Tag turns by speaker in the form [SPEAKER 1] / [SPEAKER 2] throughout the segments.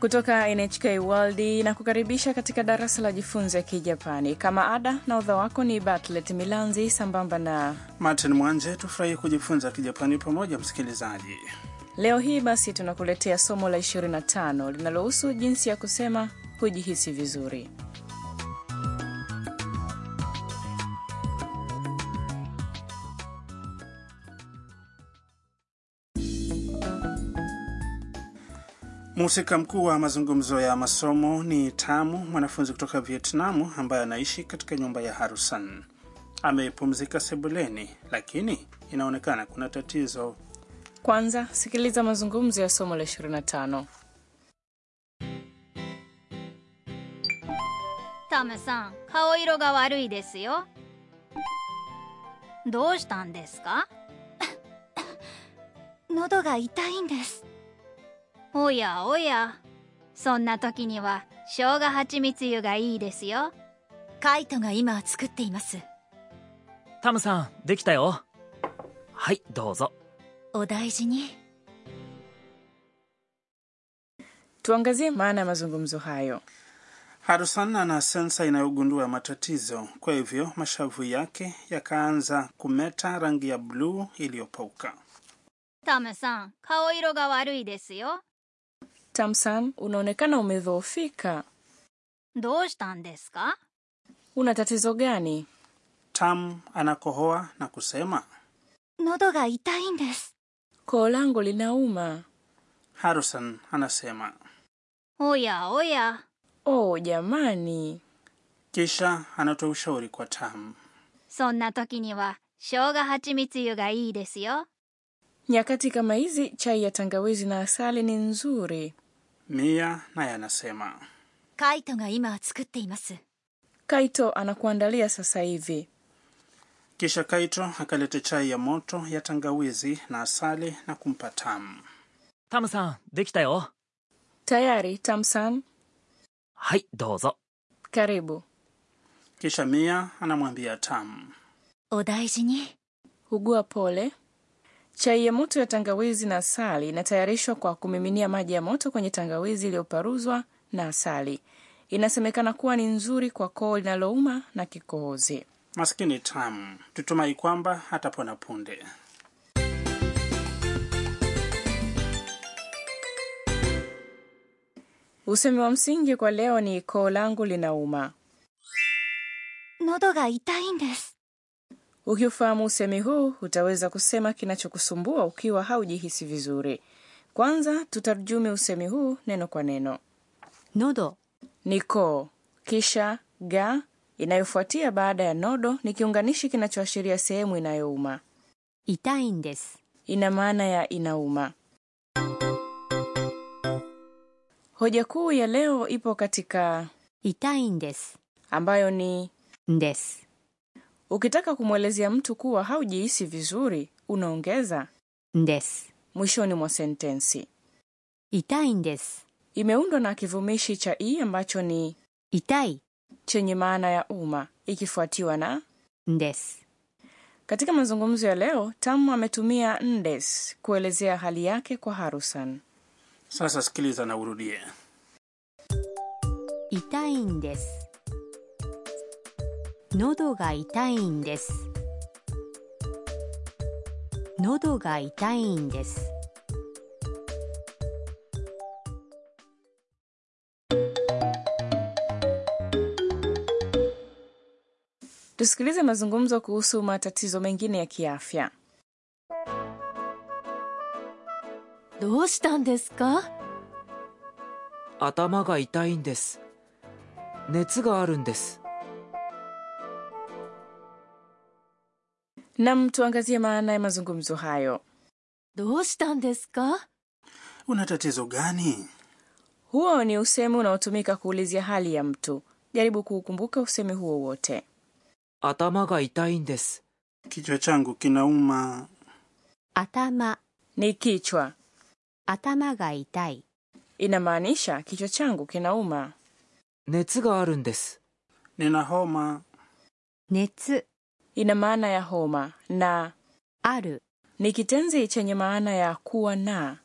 [SPEAKER 1] kutoka NHK World na kukaribisha katika darasa la jifunze Kijapani. Kama ada, nahodha wako ni Bartlet Milanzi sambamba na
[SPEAKER 2] Martin Mwanje. Tufurahi kujifunza Kijapani pamoja, msikilizaji.
[SPEAKER 1] Leo hii basi tunakuletea somo la 25 linalohusu jinsi ya kusema hujihisi vizuri.
[SPEAKER 2] Mhusika mkuu wa mazungumzo ya masomo ni Tamu, mwanafunzi kutoka Vietnamu ambaye anaishi katika nyumba ya Harusan. Amepumzika sebuleni, lakini inaonekana kuna tatizo.
[SPEAKER 1] Kwanza sikiliza mazungumzo ya somo la 25.
[SPEAKER 3] タムさん顔色が悪いですよどうしたんですか
[SPEAKER 4] 喉が痛いんです
[SPEAKER 3] おやおやそんな時には生姜蜂蜜湯がいいですよ
[SPEAKER 4] カイトが今作っています
[SPEAKER 5] タムさんできたよはいどうぞ
[SPEAKER 4] お大事に
[SPEAKER 1] Tuangazie maana ya mazungumzo hayo.
[SPEAKER 2] Harusan ana sensa inayogundua matatizo, kwa hivyo mashavu yake yakaanza kumeta rangi ya bluu iliyopauka.
[SPEAKER 3] タムさん顔色が悪いですよ
[SPEAKER 1] Tamsan, unaonekana umedhoofika,
[SPEAKER 3] どうしたんですか
[SPEAKER 1] una tatizo gani?
[SPEAKER 2] Tamu anakohoa na kusema.
[SPEAKER 4] 喉が痛いんです
[SPEAKER 1] Koo langu linauma.
[SPEAKER 2] Harusan anasema
[SPEAKER 3] おやおや
[SPEAKER 1] Oh jamani,
[SPEAKER 2] kisha anatoa ushauri kwa Tamu.
[SPEAKER 3] そんな時には生姜蜂蜜湯がいいですよ
[SPEAKER 1] nyakati kama hizi chai ya tangawizi na asali ni nzuri.
[SPEAKER 2] Mia naye anasema
[SPEAKER 4] カイトが今作っています
[SPEAKER 1] Kaito anakuandalia sasa hivi.
[SPEAKER 2] Kisha Kaito akaleta chai ya moto ya tangawizi na asali na kumpa Tamu.
[SPEAKER 5] タムさんできたよ
[SPEAKER 1] Tayari Tamsan,
[SPEAKER 5] はいどうぞ
[SPEAKER 1] karibu.
[SPEAKER 2] Kisha Mia anamwambia Tamu.
[SPEAKER 4] お大事に
[SPEAKER 1] Hugua pole. Chai ya moto ya tangawizi na asali inatayarishwa kwa kumiminia maji ya moto kwenye tangawizi iliyoparuzwa na asali. Inasemekana kuwa ni nzuri kwa koo linalouma na kikohozi.
[SPEAKER 2] Maskini Tamu, tutumai kwamba hatapona punde.
[SPEAKER 1] Usemi wa msingi kwa leo ni koo langu linauma.
[SPEAKER 4] 喉が痛いんです
[SPEAKER 1] Ukiufahamu usemi huu utaweza kusema kinachokusumbua ukiwa haujihisi vizuri. Kwanza tutarjumi usemi huu neno kwa neno.
[SPEAKER 4] 喉
[SPEAKER 1] ni koo, kisha ga inayofuatia baada ya nodo ni kiunganishi kinachoashiria sehemu inayouma.
[SPEAKER 4] 痛いんです
[SPEAKER 1] Ina maana ya inauma. Hoja kuu ya leo ipo katika
[SPEAKER 4] 痛いんです
[SPEAKER 1] ambayo ni
[SPEAKER 4] んです
[SPEAKER 1] ukitaka kumwelezea mtu kuwa haujihisi vizuri unaongeza
[SPEAKER 4] んです
[SPEAKER 1] mwishoni mwa sentensi.
[SPEAKER 4] 痛いんです
[SPEAKER 1] Imeundwa na kivumishi cha i ambacho ni
[SPEAKER 4] 痛い
[SPEAKER 1] chenye maana ya uma ikifuatiwa na
[SPEAKER 4] んです
[SPEAKER 1] Katika mazungumzo ya leo, Tamu ametumia ndes kuelezea hali yake kwa Harusan.
[SPEAKER 2] Sasa sikiliza na urudie.
[SPEAKER 4] 痛いんです喉が痛いんです喉が痛いんです
[SPEAKER 1] Tusikilize mazungumzo kuhusu matatizo mengine ya kiafya.
[SPEAKER 4] どうしたんですか
[SPEAKER 6] 頭が痛いんです熱があるんです
[SPEAKER 1] Nam, tuangazie maana ya mazungumzo hayo.
[SPEAKER 4] どうしたんですか
[SPEAKER 2] Una tatizo gani?
[SPEAKER 1] Huo ni usemi unaotumika kuulizia hali ya mtu. Jaribu kuukumbuka usemi huo wote.
[SPEAKER 6] 頭が痛いんです
[SPEAKER 2] Kichwa changu kinauma.
[SPEAKER 4] 頭
[SPEAKER 1] Ni kichwa,
[SPEAKER 4] 頭が痛い
[SPEAKER 1] inamaanisha kichwa changu kinauma.
[SPEAKER 6] 熱があるんです
[SPEAKER 2] Nina homa.
[SPEAKER 4] 熱
[SPEAKER 1] Ina maana ya homa na
[SPEAKER 4] ある
[SPEAKER 1] ni kitenzi chenye maana ya kuwa na,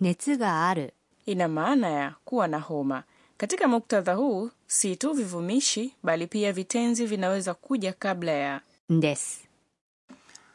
[SPEAKER 4] 熱がある
[SPEAKER 1] ina maana ya kuwa na homa. Katika muktadha huu, si tu vivumishi bali pia vitenzi vinaweza kuja kabla ya.
[SPEAKER 4] んです。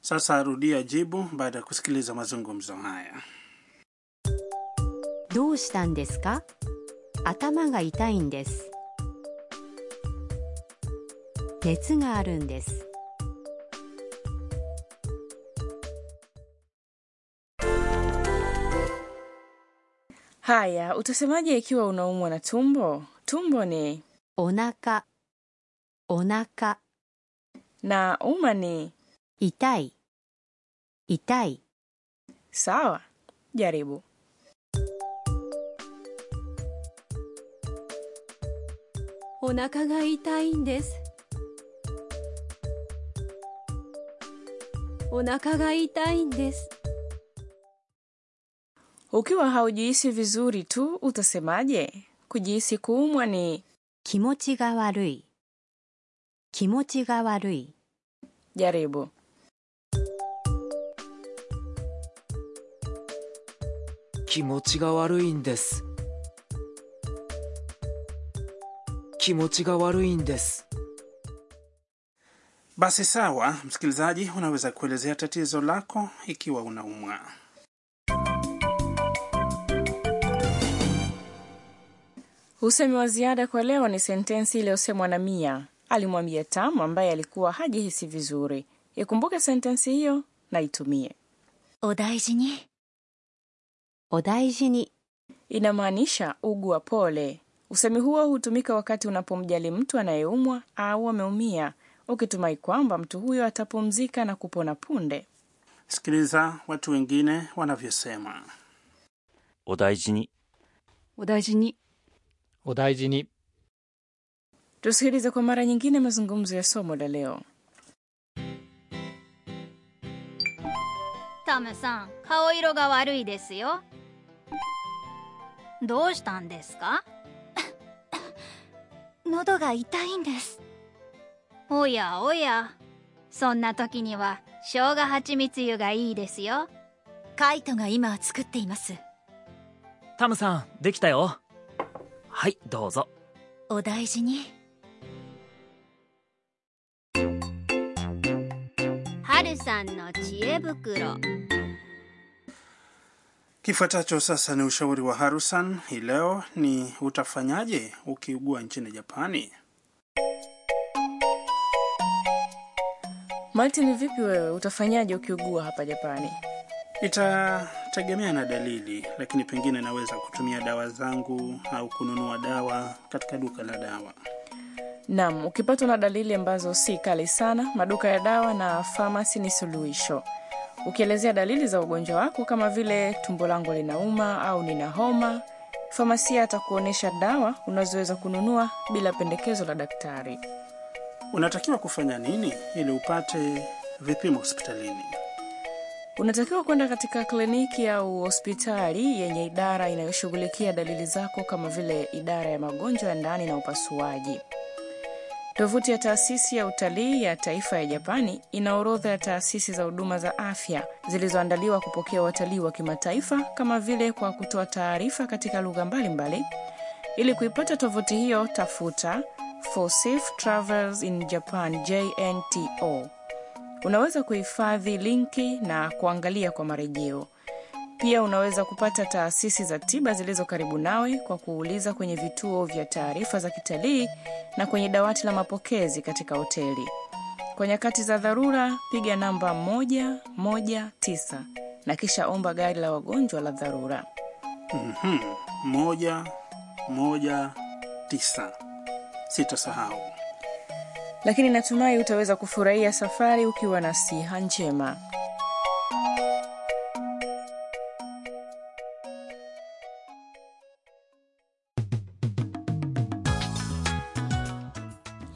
[SPEAKER 2] Sasa rudia jibu baada ya kusikiliza mazungumzo haya.
[SPEAKER 4] どうしたんですか頭が痛いんです。熱があるんです。
[SPEAKER 1] Haya, utasemaje ikiwa unaumwa na tumbo? Tumbo ni
[SPEAKER 4] お腹お腹
[SPEAKER 1] na uma ni
[SPEAKER 4] 痛い痛い
[SPEAKER 1] sawa. Jaribu.
[SPEAKER 4] お腹が痛いんですお腹が痛いんです
[SPEAKER 1] Ukiwa haujihisi vizuri tu utasemaje? Kujihisi kuumwa ni
[SPEAKER 4] 気持ちが悪い気持ちが悪い
[SPEAKER 1] jaribu.
[SPEAKER 6] 気持ちが悪いんです気持ちが悪いんです
[SPEAKER 2] Basi sawa, msikilizaji, unaweza kuelezea tatizo lako ikiwa unaumwa.
[SPEAKER 1] Usemi wa ziada kwa leo ni sentensi iliyosemwa na Mia. Alimwambia Tamu ambaye alikuwa hajihisi vizuri. Ikumbuke sentensi hiyo na itumie.
[SPEAKER 3] お大事に
[SPEAKER 4] お大事に
[SPEAKER 1] Inamaanisha ugua pole. Usemi huo hutumika wakati unapomjali mtu anayeumwa au ameumia, ukitumai kwamba mtu huyo atapumzika na kupona punde.
[SPEAKER 2] Sikiliza watu wengine wanavyosema.
[SPEAKER 7] お大事に
[SPEAKER 4] お大事に
[SPEAKER 8] お大事に
[SPEAKER 1] Tusikilize kwa mara nyingine mazungumzo ya somo la leo.
[SPEAKER 3] タムさん顔色が悪いですよどうしたんですか 喉が痛いんですおやおやそんな時には生姜蜂蜜湯がいいですよカイトが今作っています
[SPEAKER 5] タムさんできたよはいどうぞ
[SPEAKER 3] お大事に春さんの知恵袋
[SPEAKER 2] Kifuatacho sasa ni ushauri wa Harusan. Hii leo ni utafanyaje ukiugua nchini Japani?
[SPEAKER 1] Martin, vipi wewe, utafanyaje ukiugua hapa Japani?
[SPEAKER 2] Itategemea na dalili, lakini pengine naweza kutumia dawa zangu au kununua dawa katika duka la dawa.
[SPEAKER 1] Naam, ukipatwa na dalili ambazo si kali sana, maduka ya dawa na famasi ni suluhisho. Ukielezea dalili za ugonjwa wako kama vile tumbo langu linauma au nina homa, famasia atakuonyesha dawa unazoweza kununua bila pendekezo la daktari.
[SPEAKER 2] Unatakiwa kufanya nini ili upate vipimo hospitalini?
[SPEAKER 1] Unatakiwa kwenda katika kliniki au hospitali yenye idara inayoshughulikia dalili zako kama vile idara ya magonjwa ya ndani na upasuaji. Tovuti ya taasisi ya utalii ya taifa ya Japani ina orodha ya taasisi za huduma za afya zilizoandaliwa kupokea watalii wa kimataifa kama vile kwa kutoa taarifa katika lugha mbalimbali. Ili kuipata tovuti hiyo, tafuta For Safe Travels in Japan JNTO. Unaweza kuhifadhi linki na kuangalia kwa marejeo. Pia unaweza kupata taasisi za tiba zilizo karibu nawe kwa kuuliza kwenye vituo vya taarifa za kitalii na kwenye dawati la mapokezi katika hoteli. Kwa nyakati za dharura, piga namba 119 na kisha omba gari la wagonjwa la dharura.
[SPEAKER 2] Mhm, moja moja tisa. Sitasahau.
[SPEAKER 1] Lakini natumai utaweza kufurahia safari ukiwa na siha njema.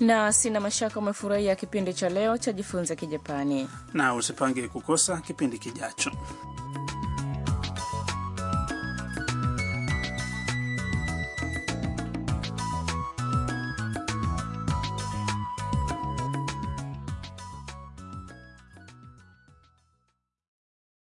[SPEAKER 1] Na sina mashaka umefurahia kipindi cha leo cha Jifunze Kijapani.
[SPEAKER 2] na usipange kukosa kipindi kijacho.